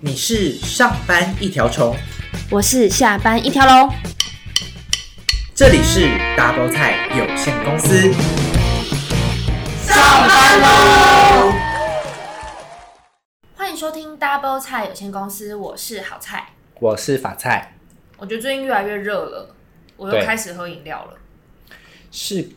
你是上班一条虫，我是下班一条龙。这里是 Double 菜有限公司。欢迎收听 Double 菜有限公司，我是好菜。我是法菜，我觉得最近越来越热了，我又对开始喝饮料了。是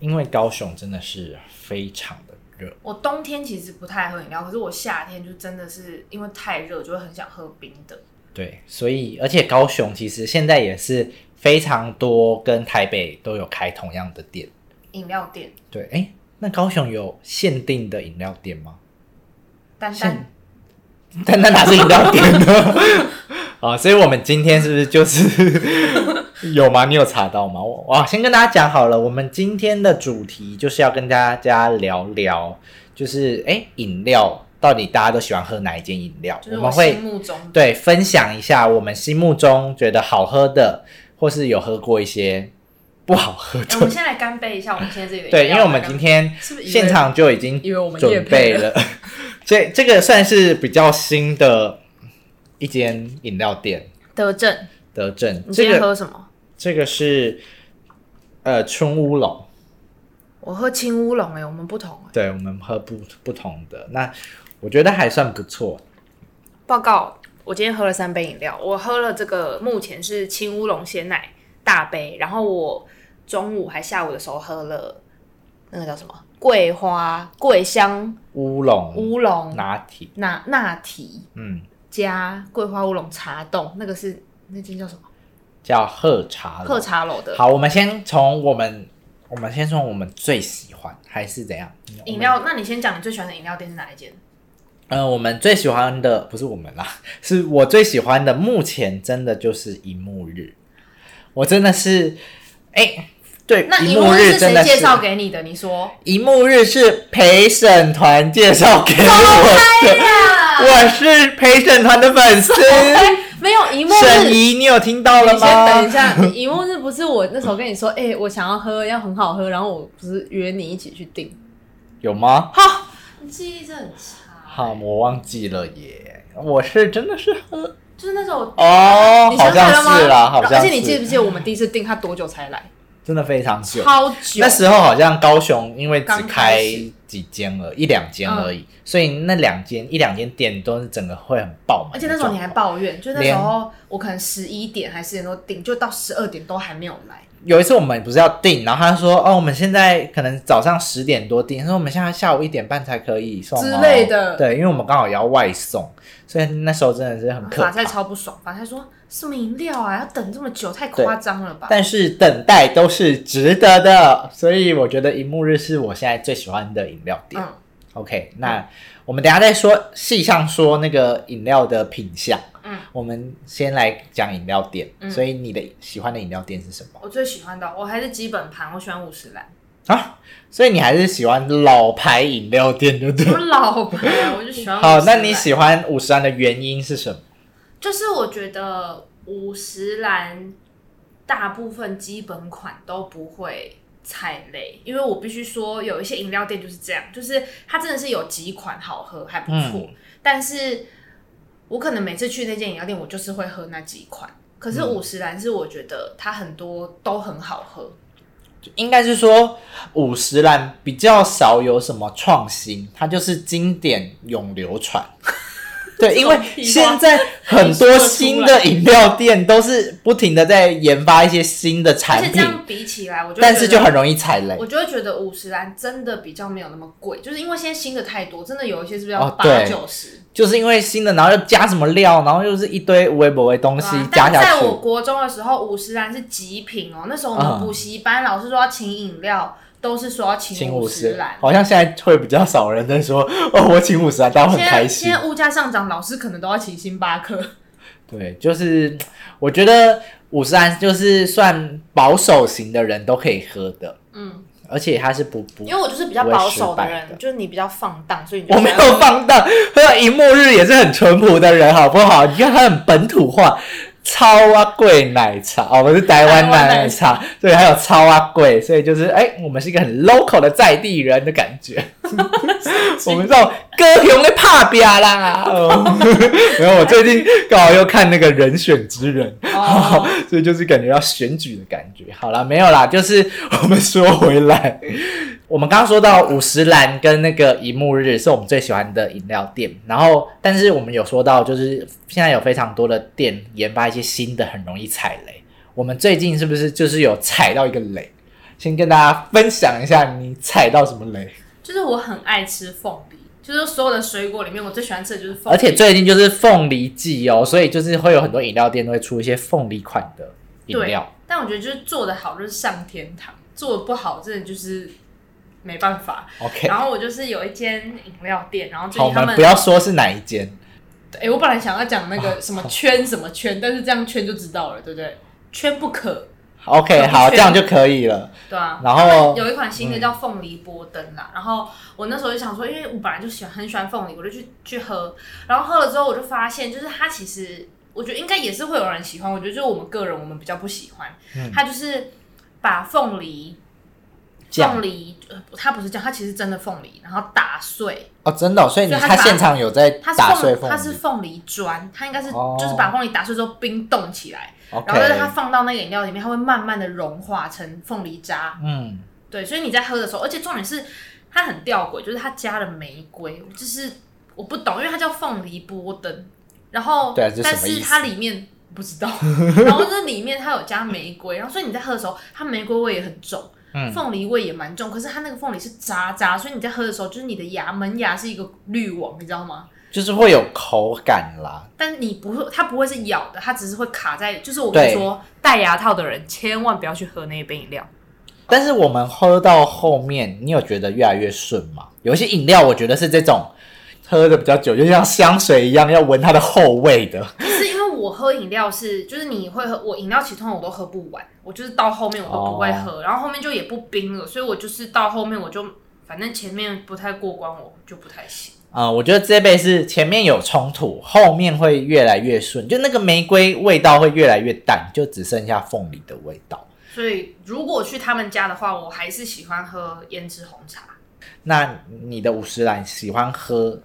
因为高雄真的是非常的热，我冬天其实不太喝饮料，可是我夏天就真的是因为太热，就会很想喝冰的。对，所以而且高雄其实现在也是非常多跟台北都有开同样的店。饮料店，对，哎，那高雄有限定的饮料店吗？丹现丹，但那哪是饮料店呢？ 啊，所以我们今天是不是就是 有吗？你有查到吗？我哇，先跟大家讲好了，我们今天的主题就是要跟大家聊聊，就是哎，饮料到底大家都喜欢喝哪一间饮料？就是我我们会心目中的。对分享一下我们心目中觉得好喝的，或是有喝过一些不好喝哎我们的。先来干杯一下，我们现在这个饮料对，因为我们今天是不是以为现场就已经以为我们业准备配了， 这这个算是比较新的一间饮料店德政，德政，你今这个天喝什么？这个是呃春乌龙，我喝青乌龙哎，我们不同哎。对我们喝不不同的，那我觉得还算不错，报告，我今天喝了三杯饮料，我喝了这个目前是青乌龙鲜奶大杯，然后我中午还下午的时候喝了那个叫什么桂花桂香乌龙乌龙拿铁，拿拿提嗯，加桂花乌龙茶冻，那个是那间叫什么叫喝茶喝龙。茶楼的好，我们先从我们，我们先从我们最喜欢还是怎样饮？料。那你先讲你最喜欢的饮料店是哪一间？我们呃，我们最喜欢的不是我们啦， 是我最喜欢的。目前真的就是荧幕日，我真的是，哎、对，那荧荧幕日是真谁的介是。绍给你的？你说荧幕日是陪审团介绍给我 的，我是陪审团的粉丝。没有一幕沈哎日，怡，你有听到了你先等一吗？下，一幕日不是我那时候跟你说，哎、我想要喝，要很好喝，然后我不是约你一起去订，有吗？你记忆真很差，好，我忘记了耶。我是真的是喝就是那种哦，你好想起来像了吗？是啦，好像而是。且你记不记得我们第一次订他多久才来？真的非常久。超久那。时候好像高雄因为只刚开开始几间而已一两间而已，所以那两间一两间店都是整个会很爆满。而且那时候你还爆。抱怨，就那时候我可能十一点还十点多订，就到十二点都还没有来。有一次我们不是要订，然后他说哦，我们现在可能早上十点多订，他说我们现在下午一点半才可以送哦之类的对，因为我们刚好也要外送，所以那时候真的是很可法怕。啊菜超不爽，法菜说什么饮料啊，要等这么久，太夸张了吧？但是等待都是值得的，所以我觉得荧幕日是我现在最喜欢的饮料店。嗯， OK，那我们等一下再说细项说那个饮料的品相。嗯，我们先来讲饮料店。嗯所以你的喜欢的饮料店是什么我最喜欢的，我还是基本盘，我喜欢五十兰，啊？所以你还是喜欢老牌饮料店，对不我对？老牌，我就喜欢50兰。 好，那你喜欢五十安的原因是什么？就是我觉得五十兰大部分基本款都不会踩雷，因为我必须说有一些饮料店就是这样，就是它真的是有几款好喝还不错，嗯但是我可能每次去那间饮料店，我就是会喝那几款。可嗯是五十兰是我觉得它很多都很好喝，应该是说五十岚比较少有什么创新，它就是经典永流 传。对，因为现在很多新的饮料店都是不停的在研发一些新的而产且这品，样比起来，我 就但是觉就得很容易踩雷我。就会觉得五十兰真的比较没有那么贵，就是因为现在新的太多，真的有一些是不是要哦八对九十？就是因为新的，然后又加什么料，然后又是一堆微博的东西啊加但下在去，我国中的时候，五十岚是极品哦。那时候我嗯们补习班老师说要请饮料，都是说要请请五五十十岚。好像现在会比较少人在说 哦，我请五十岚，大家会现很开在心嗯现。在物价上涨，老师可能都要请星巴克。对，就是我觉得五十岚就是算保守型的人都可以喝的，嗯，而且它是不不，因为我就是比较不会保失守的败人，的就是你比较放荡，所以你就我没 有放荡，喝荧幕日也是很淳朴的人，好不好？你看他很本土化，超啊贵奶茶 哦，我是台湾奶茶， 对，还有超啊贵，所以就是哎、我们是一个很 local 的在地人的感觉。我们这种歌雄的怕表啦。哦 然后我最近刚好又看那个人选之人，哦 所以就是感觉要选举的感觉。好啦，没有啦，就是我们说回来， 我们刚刚说到五十岚跟那个一幕日是我们最喜欢的饮料店，然后但是我们有说到，就是现在有非常多的店研发一些新的，很容易踩雷。我们最近是不是就是有踩到一个雷？先跟大家分享一下你踩到什么雷，就是我很爱吃凤梨，就是所有的水果里面，我最喜欢吃的就是凤而梨。且最近就是凤梨季哦，所以就是会有很多饮料店都会出一些凤梨款的饮对料。，但我觉得就是做的好就是上天堂，做的不好真的就是没办法。 OK，然后我就是有一间饮料店，然后最好，我近他们们不要说是哪一间，哎、我本来想要讲那啊个什么圈什么圈，但是这样圈就知道了，对不对？圈不可， OK，嗯好，确这样就可以了。对啊。然后有一款新嗯的叫凤梨波登啦，然后我那时候就想说，因为我本来就喜欢很喜欢凤梨，我就去去喝，然后喝了之后我就发现，就是它其实我觉得应该也是会有人喜欢，我觉得就是我们个人我们比较不喜欢，嗯它就是把凤梨酱凤梨呃它不是酱，它其实真的凤梨，然后打碎，哦，真的哦、所以你所以它他是把现场有在它是打碎它是梨凤梨砖，它应该是、哦就是把凤梨打碎之后冰冻起来，然后但是它，OK，放到那个饮料里面，它会慢慢的融化成凤梨渣，嗯，对，所以你在喝的时候，而且重点是它很吊诡，就是它加了玫瑰，就是我不懂，因为它叫凤梨波登，然后对啊这是但什么意是思它里面不知道， 然后这里面它有加玫瑰，然后所以你在喝的时候，它玫瑰味也很重，嗯凤梨味也蛮重，可是它那个凤梨是渣渣，所以你在喝的时候，就是你的牙门牙是一个滤网，你知道吗？就是会有口感啦。但你不会，它不会是咬的，它只是会卡在。就是我跟你对说，戴牙套的人千万不要去喝那一杯饮料。但是我们喝到后面，你有觉得越来越顺吗？有一些饮料我觉得是这种喝的比较久，就像香水一样，要闻它的后味的。是因为我喝饮料是，就是你会喝，我饮料其实通常我都喝不完，我就是到后面我都不会喝，然后后面就也不冰了，所以我就是到后面我就反正前面不太过关，我就不太行。啊、我觉得这杯是前面有冲突，后面会越来越顺，就那个玫瑰味道会越来越淡，就只剩下凤梨的味道。所以如果去他们家的话，我还是喜欢喝胭脂红茶。那你的五十岚喜欢喝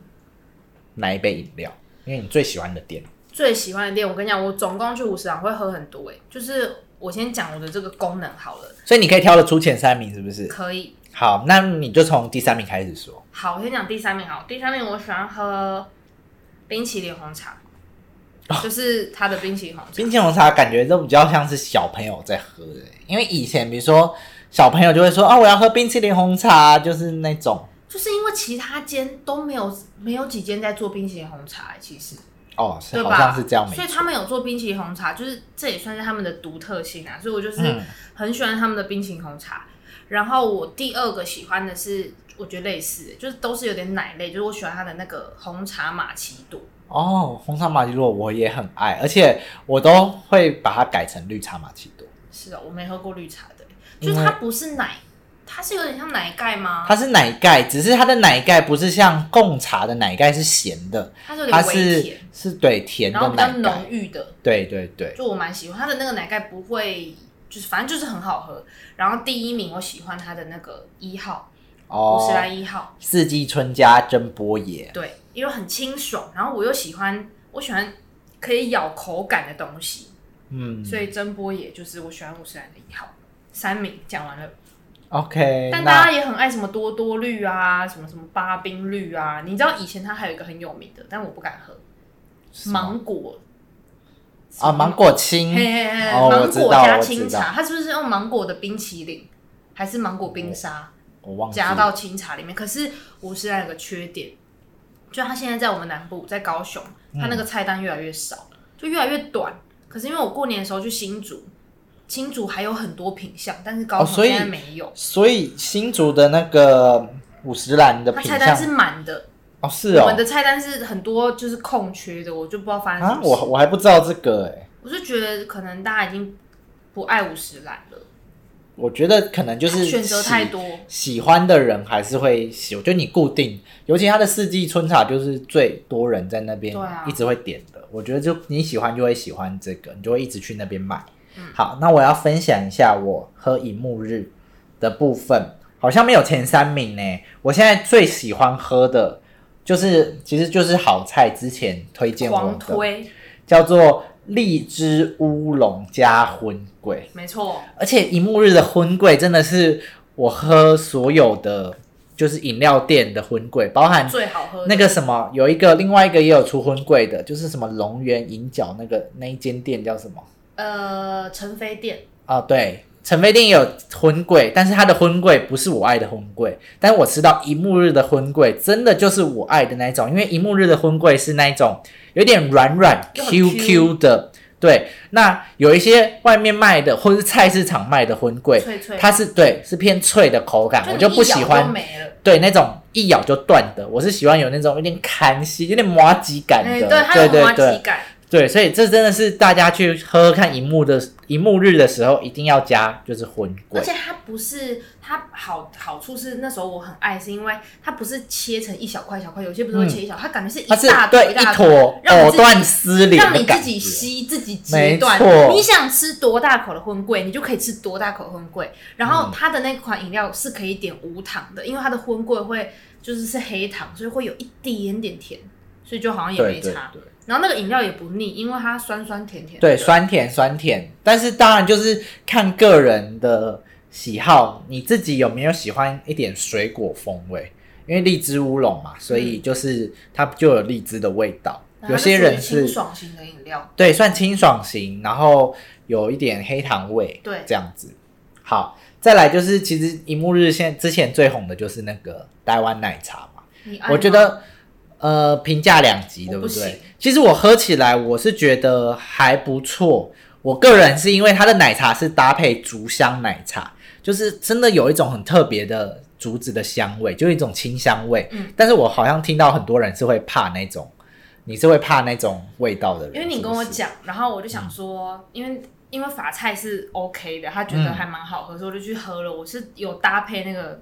哪一杯饮料？因为你最喜欢的店最喜欢的店，我跟你讲，我总共去五十郎会喝很多、欸，就是我先讲我的这个功能好了，所以你可以挑得出前三名，是不是？可以。好，那你就从第三名开始说。好，我先讲第三名好了，第三名我喜欢喝冰淇淋红茶，就是它的冰淇淋红茶。哦冰淇淋红茶感觉都比较像是小朋友在喝的，因为以前比如说小朋友就会说啊，我要喝冰淇淋红茶，就是那种就是因为其他间都没有没有几间在做冰淇淋红茶、欸其实哦，是对好吧？像是这样没所以错。他们有做冰淇淋红茶，就是这也算是他们的独特性啊。所以我就是嗯很喜欢他们的冰淇淋红茶。然后我第二个喜欢的是，我觉得类似，就是都是有点奶类，就是我喜欢它的那个红茶玛奇朵。哦，红茶玛奇朵我也很爱，而且我都会把它改成绿茶玛奇朵。是哦，我没喝过绿茶的，因就为是它不是奶，它是有点像奶盖吗？它是奶盖，只是它的奶盖不是像贡茶的奶盖是咸的，它是有它点微是甜，是对甜然后的比较奶浓盖，郁的。对对对，就我蛮喜欢它的那个奶盖不会，就是反正就是很好喝。然后第一名我喜欢它的那个一号，五哦，十岚一号，四季春加真波野，对，因为很清爽，然后我又喜欢我喜欢可以咬口感的东西，嗯所以真波也就是我喜欢五十岚的一号。三名讲完了， ，OK，但大那家也很爱什么多多绿啊，什么什么巴宾绿啊。你知道以前它还有一个很有名的，但我不敢喝什么芒果啊芒果青嘿，嘿嘿，哦我芒知果道加我清知道茶，它是不是用芒果的冰淇淋，还是芒果冰沙哦我忘记加了，到清茶里面？可是五十岚有个缺点，就它现在在我们南部，在高雄，它那个菜单越来越少，就越来越短。可是因为我过年的时候去新竹，新竹还有很多品相，但是高哦所雄以现在没有，所以新竹的那个五十岚的它品菜单相是满的。哦是我哦们的菜单是很多就是空缺的，我就不知道发生什啊么，事。我我还不知道这个哎、我是觉得可能大家已经不爱五十岚了，我觉得可能就是选择喜太多。喜欢的人还是会喜，我觉得你固定，尤其它的四季春茶就是最多人在那边对啊一直会点的。我觉得就你喜欢就会喜欢这个，你就会一直去嗯那边买。好，那我要分享一下我喝银幕日的部分。好像没有前三名呢。我现在最喜欢喝的就是，其实就是好菜之前推荐我狂的，推，叫做荔枝乌龙加荤桂，没错，而且一幕日的荤桂真的是我喝所有的就是饮料店的荤桂，包含最好喝的那个什么，有一个另外一个也有出荤桂的，就是什么龙源银角那个那一间店叫什么呃陈飞店，啊？对，陈飞店也有荤桂，但是它的荤桂不是我爱的荤桂，但是我吃到一木日的荤桂，真的就是我爱的那一种，因为一木日的荤桂是那一种有点软软又很 QQ 的。对，那有一些外面卖的，或是菜市场卖的荤桂，脆脆的它是对是偏脆的口感，我就你不一咬喜欢没了。对那种一咬就断的，我是喜欢有那种有点砍息、有点麻吉感哎、的，对，它对有对滑对稽感，对，所以这真的是大家去喝喝看荧幕的荧幕日的时候一定要加，就是荤桂而，且它不是它好好处是那时候我很爱，是因为它不是切成一小块一小块，有些不是会切一小块，它感觉是一它是大对坨一大坨让你藕自己断丝连让的你自感己觉。吸自己没截断错。你想吃多大口的荤桂，你就可以吃多大口荤桂。然后嗯它的那款饮料是可以点无糖的，因为它的荤桂会就是是黑糖，所以会有一点点甜，所以就好像也对没对差。对，然后那个饮料也不腻，因为它酸酸甜甜的。对酸甜酸甜，但是当然就是看个人的喜好，你自己有没有喜欢一点水果风味？因为荔枝乌龙嗯嘛，所以就是它就有荔枝的味道。然后有它啊是些属于人是清爽型的饮料，对，算清爽型，然后有一点黑糖味，对这样子。好，再来就是，其实荧幕日现之前最红的就是那个台湾奶茶嘛，你爱我觉吗得呃评价两极，哎我对不对行？其实我喝起来我是觉得还不错，我个人是因为它的奶茶是搭配竹香奶茶，就是真的有一种很特别的竹子的香味，就有一种清香味。嗯但是我好像听到很多人是会怕那种。你是会怕那种味道的人，嗯因为你是不跟我是讲，然后我就想说，因为因为法菜是 OK 的，嗯他觉得还蛮好喝，所以我就去喝了。我是有搭配那个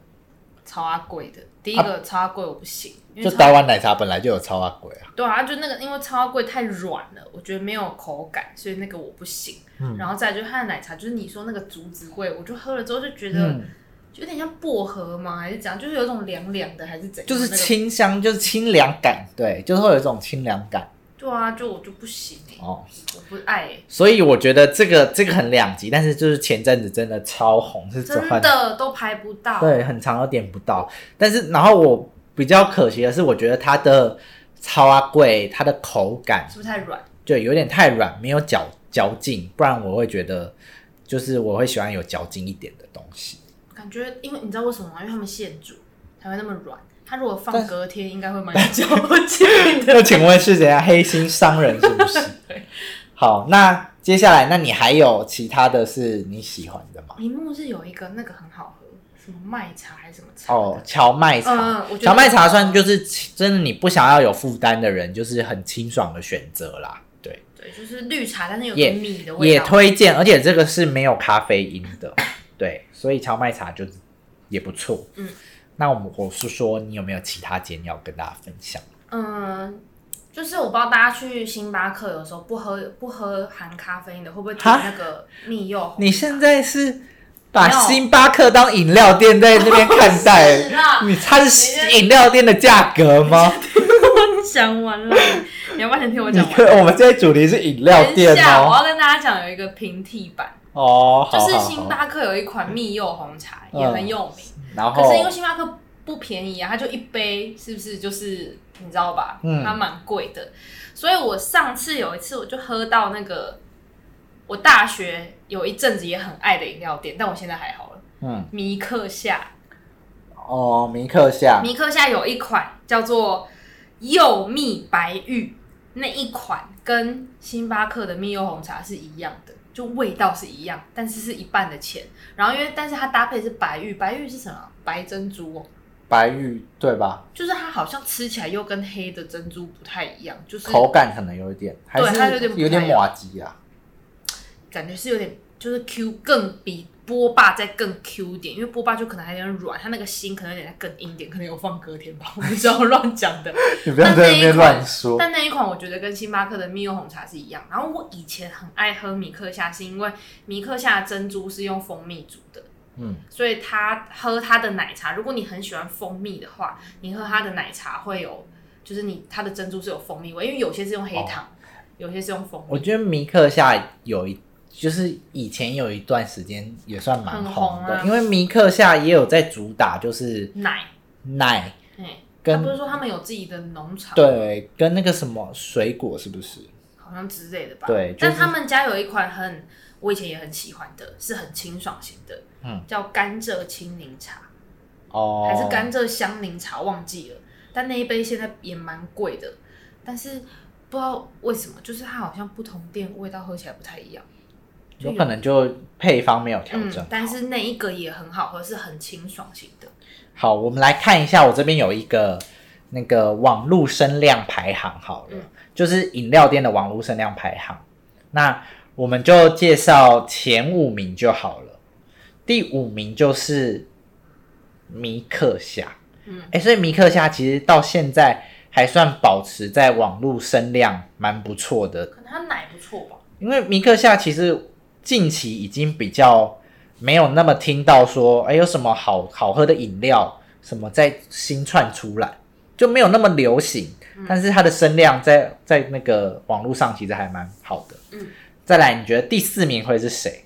超阿贵的，第一个超阿贵我不行，因为啊就超台湾奶茶本来就有超阿鬼啊，对啊，就那个因为超阿贵太软了，我觉得没有口感，所以那个我不行。嗯然后再来就是它的奶茶，就是你说那个竹子味，我就喝了之后就觉得。嗯，有点像薄荷吗？还是怎样？就是有种凉凉的，还是怎样？就是那个清香，就是清凉感，对，就是会有一种清凉感对啊，就我就不行、欸哦。我不爱、欸，所以我觉得这个这个很两极，但是就是前阵子真的超红，是真很的都排不到。对，很长都点不到。但是然后我比较可惜的是，我觉得它的超阿贵，它的口感是不是太软？就有点太软，没有嚼嚼劲，不然我会觉得就是我会喜欢有嚼劲一点的东 西。感觉，因为你知道为什么吗？因为他们现煮才会那么软。它如果但放是隔天，应该会蛮有嚼 劲的。那请问是怎样黑心商人是 不是？好，那接下来，那你还有其他的是你喜欢的吗？铃木是有一个那个很好喝，什么麦茶还是什么茶的？哦，荞麦茶嗯，我觉得荞麦茶算就是真的，你不想要有负担的人，就是很清爽的选择啦。对，对，就是绿茶，但是有也个米的味也道。推荐，而且这个是没有咖啡因的， 对，所以荞麦茶就是也不错。嗯，那我们我是说，你有没有其他间要跟大家分享？嗯，就是我不知道大家去星巴克有时候不喝不喝含咖啡因的，会不会点哈那个蜜柚红茶？你现在是把没有星巴克当饮料店在那边看待？是啦， 你它是饮料店的价格吗？ 讲完了，你要不要先听 我你讲完？看，我们这些主题是饮料等店一下，我哦。要跟大家讲有一个平替版，哦，就好是好星好。巴克有一款蜜柚红茶，嗯也很有名。然可是因为后，星巴克不便宜啊，它就一杯是不是就是你知道吧？嗯它蛮贵的。所以我上次有一次我就喝到那个，我大学有一阵子也很爱的饮料店，但我现在还好了。嗯，米克夏，哦，米克夏，米克夏有一款叫做柚蜜白玉那一款，跟星巴克的蜜柚红茶是一样的，就味道是一样，但是是一半的钱。然后因为但是它搭配是白玉，白玉是什么？白珍珠哦。白玉对吧？就是它好像吃起来又跟黑的珍珠不太一样，就是口感可能有一点，还它是有点不有点太一样麻吉啊。感觉是有点就是 Q 更比波霸再更 Q 一点，因为波霸就可能还有点软，它那个心可能有点再更硬一点，可能有放隔天吧，我不知道 乱讲的。 你不要在那边乱说。但那一款我觉得跟星巴克的蜜柚红茶是一样。然后我以前很爱喝米克夏，是因为米克夏的珍珠是用蜂蜜煮的，嗯，所以他喝他的奶茶，如果你很喜欢蜂蜜的话，你喝他的奶茶会有，就是你它的珍珠是有蜂蜜味，因为有些是用黑糖，有些是用蜂哦我蜜。觉得米克夏有一，就是以前有一段时间也算蛮红的，很红啊因为米克夏也有在主打就是奶，奶哎、他跟不是说他们有自己的农场，，对跟那个什么水果是不是？好像之类的吧。对就是但他们家有一款很，我以前也很喜欢的，是很清爽型的，嗯，叫甘蔗青柠茶，哦，还是甘蔗香柠茶，忘记了。但那一杯现在也蛮贵的，但是不知道为什么，就是它好像不同店味道喝起来不太一样。有可能就配方没有调整、嗯，但是那一个也很好喝，是很清爽型的。好，我们来看一下，我这边有一个那个网络声量排行，好了，嗯就是饮料店的网络声量排行。那我们就介绍前五名就好了。第五名就是米克夏，嗯哎、所以米克夏其实到现在还算保持在网络声量蛮不错的可能它奶不错吧？因为米克夏其实近期已经比较没有那么听到说，哎，有什么好好喝的饮料，什么在新窜出来，就没有那么流行。嗯但是它的声量在在那个网络上其实还蛮好的。嗯，再来，你觉得第四名会是谁？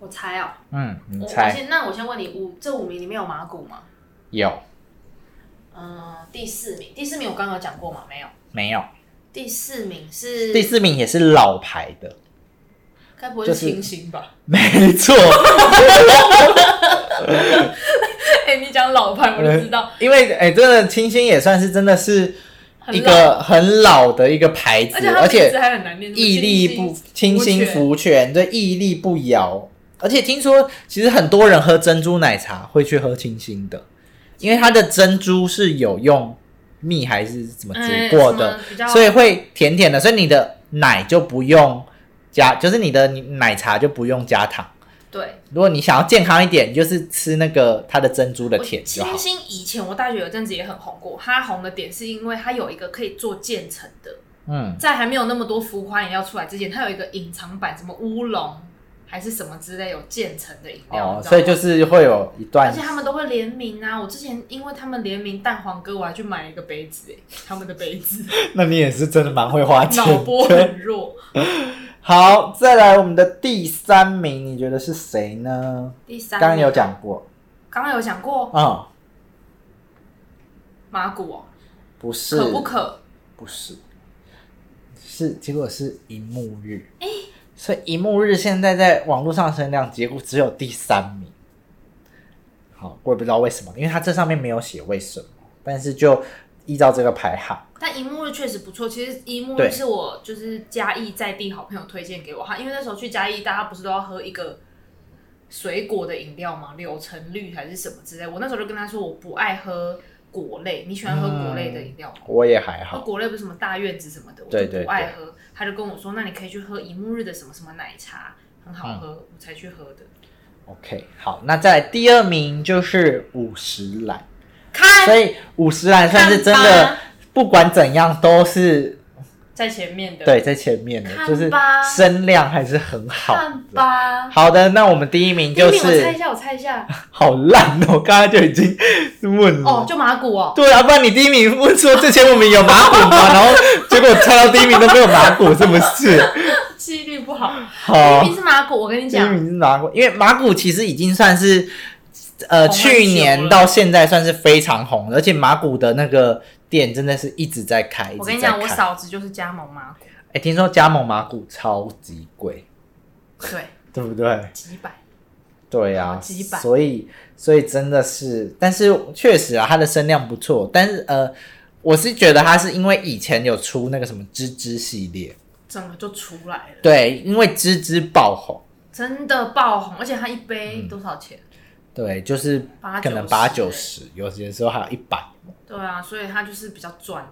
我猜哦、嗯，你我我猜先那我先问你，五这五名里面有麻古吗？有嗯，第四名，第四名我刚刚有讲过吗？没有。没有？第四名是第，四名也是老牌的，该不会就是是清新吧？没错， 哎、你讲老牌我就知道，因为哎，真的清新也算是真的是很呃一老，个很老的一个牌子，而且它而且名字还很难念，什么屹立不清清新新福泉，对，屹立不摇。而且听说，其实很多人喝珍珠奶茶会去喝清新的，因为它的珍珠是有用蜜还是怎么嗯煮过的，什么比较所以会甜甜的，所以你的奶就不用加，就是你的奶茶就不用加糖。对。如果你想要健康一点，你就是吃那个它的珍珠的我甜就好清。新以前我大学有阵子也很红过，它红的点是因为它有一个可以做渐层的，嗯，在还没有那么多浮夸饮料出来之前，它有一个隐藏版，什么乌龙还是什么之类有渐层的饮料，哦你，知道吗所以就是会有一而段且他们都会联名啊！我之前因为他们联名蛋黄哥，我还去买了一个杯子、欸，他们的杯 子，那你也是真的蛮会花钱脑波的很弱。好，再来我们的第三名，你觉得是谁呢？第三，啊刚刚有，讲过，刚刚有讲过嗯，麻古哦、不是，可不可？不是，是结果是荧幕日，所以荧幕日现在在网络上声量，结果只有第三名。好，我也不知道为什么，因为它这上面没有写为什么，但是就依照这个排行，但荧幕日确实不错，其实荧幕对日是我就是嘉义在地好朋友推荐给我，他因为那时候去嘉义，大家不是都要喝一个水果的饮料嘛，柳橙绿还是什么之类。我那时候就跟他说，我不爱喝果类，你喜欢喝果类的饮料吗？我也还喝好。果类不是什么大院子什么的，我对就对不爱喝。他就跟我说，那你可以去喝一木日的什么什么奶茶，很好喝，嗯我才去喝的。 OK，好，那再来第二名就是五十岚。所看以五十岚算是真看的吧，不管怎样都是在前面的，对在前面的，看吧就是声量还是很好看的。吧。好的，那我们第一名就第一名我猜是一下，我猜一下，好烂哦，刚刚就已经问了。 哦，就马古哦，对啊，不然你第一名问说之前我们有马虎吗？然后结果猜到第一名都没有马虎，是不是？记忆力不好。第一好名，是马古，我跟你第一讲，名是马虎，因为马虎其实已经算是呃红很久去年了到现在算是非常红的，而且马虎的那个店真的是一直在开。一直我跟你在讲，我开嫂子就是加盟马古，哎、听说加盟麻古超级贵，对，对不对？几百。对啊，几百所以所以真的是，但是确实啊，它的声量不错，但是呃，我是觉得它是因为以前有出那个什么芝芝系列，整个就出来了，对，因为芝芝爆红，真的爆红，而且它一杯多少钱？对，就是八嗯可能九八十九十，有些时候还有一 百，对啊，所以它就是比较 赚，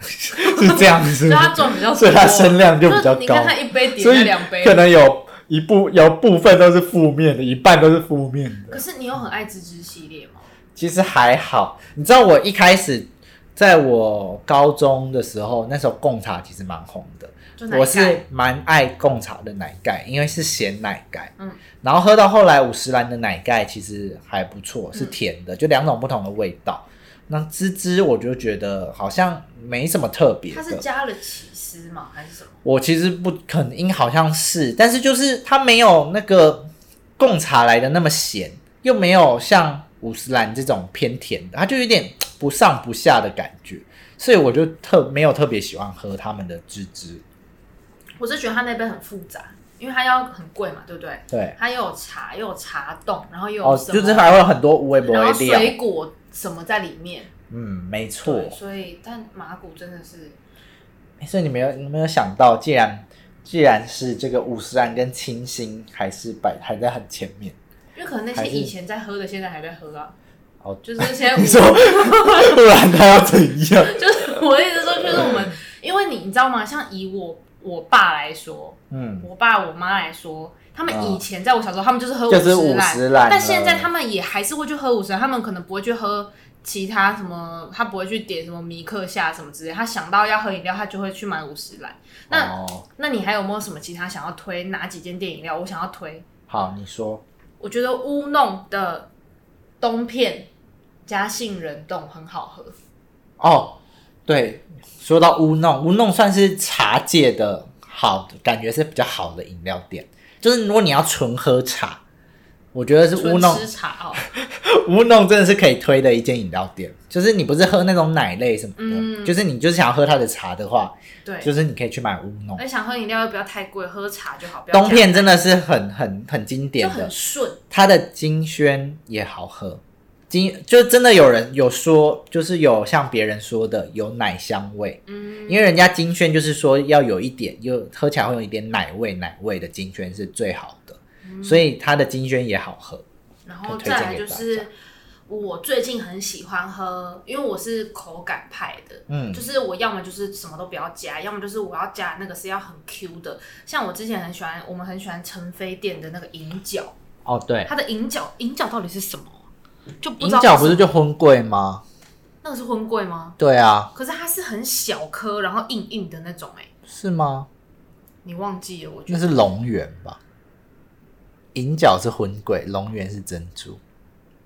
是这样子所以，它赚比较多，所以它声量就比较是你高看，它一杯所点以了两杯，可能有一部有部分都是负面的，一半都是负面的可。是你有很爱芝芝系列吗？其实还好，你知道我一开始在我高中的时候，那时候贡茶其实蛮红的，就奶盖我是蛮爱贡茶的奶盖，因为是咸奶盖。嗯，然后喝到后来五十岚的奶盖其实还不错，嗯是甜的，就两种不同的味道。那芝芝我就觉得好像没什么特别的，它是加了起司吗？还是什么？我其实不肯应好像是，但是就是它没有那个贡茶来的那么咸，又没有像五十岚这种偏甜的，它就有点不上不下的感觉，所以我就特没有特别喜欢喝他们的芝芝。我是觉得它那杯很复杂，因为它要很贵嘛，对不对？对，它又有茶，又有茶冻，然后又有哦，什么，就是还会有很多无微不然后微料。水果什么在里面。嗯，没错。对，所以但麻古真的是诶所以你没有你没有想到，既然既然是这个五十岚跟清新还是摆还在很前面， 因为可能那还些是以前在喝的，现在还在喝啊。哦就是现在 我你说不然他要怎样？ 就是我的意思说，就是我们，因为你你知道吗？像以我我爸来说，嗯，我爸我妈来说，他们以前在我小时候，他们就是喝啊就是五50烂但现在了他们也还是会去喝五十烂，他们可能不会去喝其他什么，他不会去点什么米克夏什么之类，他想到要喝饮料，他就会去买五十烂。那、哦、那你还有没有什么其他想要推哪几间店饮料？我想要推，好，你说。我觉得乌弄的冬片加杏仁冻很好喝，哦，对，说到乌弄，乌弄算是茶界的好的，感觉是比较好的饮料店。就是如果你要纯喝茶，我觉得是乌纯弄吃，茶哦。乌弄真的是可以推的一间饮料店。就是你不是喝那种奶类什么的，嗯就是你就是想要喝它的茶的话，对，就是你可以去买乌弄而。且想喝饮料又不要太贵，喝茶就好。不要冬片加真的是很很很经典就的很，顺，它的金萱也好喝，金就真的有人有说，就是有像别人说的有奶香味，嗯，因为人家金萱就是说要有一点，又喝起来会有一点奶味，奶味的金萱是最好的，嗯所以它的金萱也好喝。然后可以推再荐来给就大家是我最近很喜欢喝，因为我是口感派的，嗯就是我要么就是什么都不要加，要么就是我要加那个是要很 Q 的。像我之前很喜欢，我们很喜欢陈飞店的那个银角，哦，对，它的银角银角到底是什么？就不银知道角它不是就荤贵吗？那个是荤桂吗？对啊，可是它是很小颗，然后硬硬的那种、哎，是吗？你忘记了？我觉那得是龙源吧？银角是荤贵，龙源是珍珠。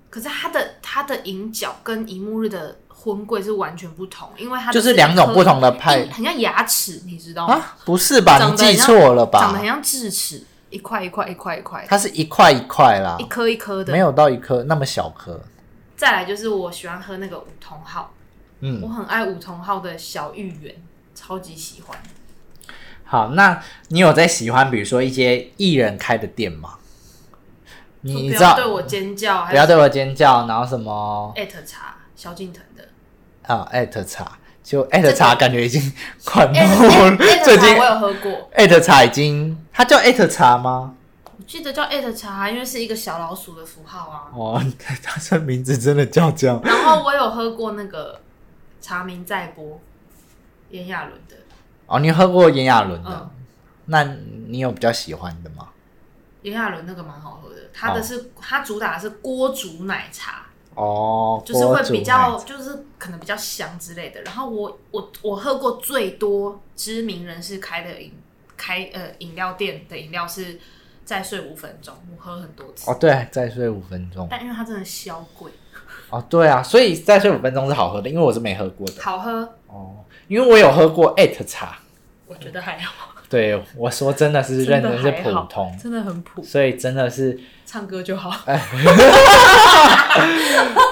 可是它的它的银角跟银幕日的婚柜是完全不同，因为它的就是两种不同的派一颗很像牙齿，你知道吗？啊？不是吧？你长得很记像错了长得很吧？像智齿，一块一块一块一块，它是一块一块啦一，颗一颗的。没。有到一颗那么小颗。再来就是我喜欢喝那个梧桐号，我嗯，很爱梧桐号的小芋圆，超级喜欢。好，那你有在喜欢比如说一些艺人开的店吗？你你就知不道要对我尖叫，不要对我尖叫，然后什么艾特茶萧敬腾 的。啊艾特茶，就艾特茶感觉已经 快没艾特有了，艾特最茶近我有喝过，艾特茶已经，它叫艾特茶吗？我记得叫艾特茶，因为是一个小老鼠的符号啊。哦， 它这名字真的叫这样然后我有喝过那个茶明在波，炎亚纶的，哦。你喝过炎亚纶的嗯，，那你有比较喜欢的吗？炎亚纶那个蛮好喝的，它的是、它主打的是锅煮奶茶，哦，就是锅会煮比奶较茶就是可能比较香之类的。然后我我我喝过最多知名人士开的饮开呃饮料店的饮料是再睡五分钟，我喝很多次，哦，对，再睡五分钟但因为它真的消贵，哦，对啊，所以再睡五分钟是好喝的，因为我是没喝过的好喝，哦，因为我有喝过艾特茶，我觉得还好，对我说真的是认真是真的普还好通，真的很普，所以真的是。唱 歌就好。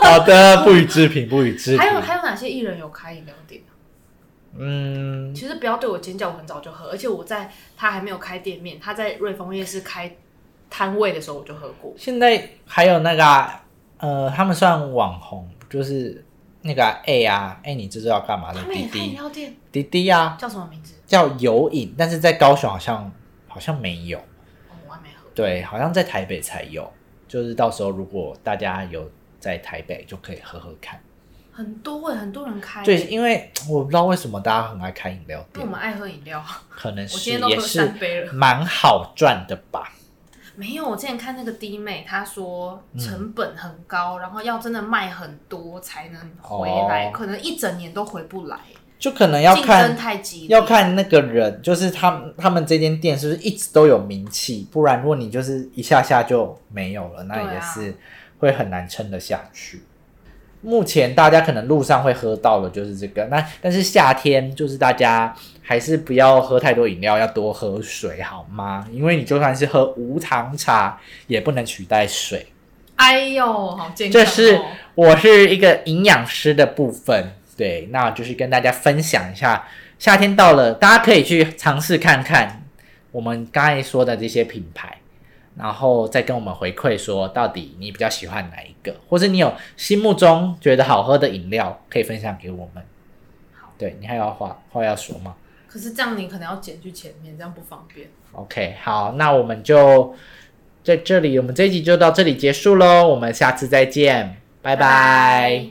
好的，不予置评，不予置评。还有还有哪些艺人有开饮料店？嗯，其实不要对我尖叫，我很早就喝，而且我在他还没有开店面，他在瑞丰夜市开摊位的时候我就喝过。现在还有那个啊、呃，他们算网红，就是那个啊 A 啊，哎、你知道要干嘛的他？们滴也开饮滴料店，滴滴啊，叫什么名字？叫有饮，但是在高雄好像好像没有，哦，我还没喝。对，好像在台北才有。就是到时候如果大家有在台北，就可以喝喝看。很多哎、很多人开、对，因为我不知道为什么大家很爱开饮料因为店 我，们爱喝饮料，我可能是今天都也喝是三杯了。蛮好赚的吧。没有，我之前看那个弟妹，她说成本很高，然后要真的卖很多才能回来，嗯哦可能一整年都回不来，就可能要竞争看太激烈。要看那个人，就是他们他们这间店是不是一直都有名气，不然如果你就是一下下就没有了，那对也啊是会很难撑得下去。目前大家可能路上会喝到的就是这个，那但是夏天就是大家还是不要喝太多饮料，要多喝水好吗？因为你就算是喝无糖茶，也不能取代水。哎呦，好健康、哦！这是我是一个营养师的部分，对，那就是跟大家分享一下，夏天到了，大家可以去尝试看看我们刚才说的这些品牌，然后再跟我们回馈说到底你比较喜欢哪一个，或是你有心目中觉得好喝的饮料，可以分享给我们。对你还有话话要说吗可是这样你可能要剪去前面，这样不方便。 ？OK，好，那我们就在这里，我们这一集就到这里结束喽，我们下次再见，拜拜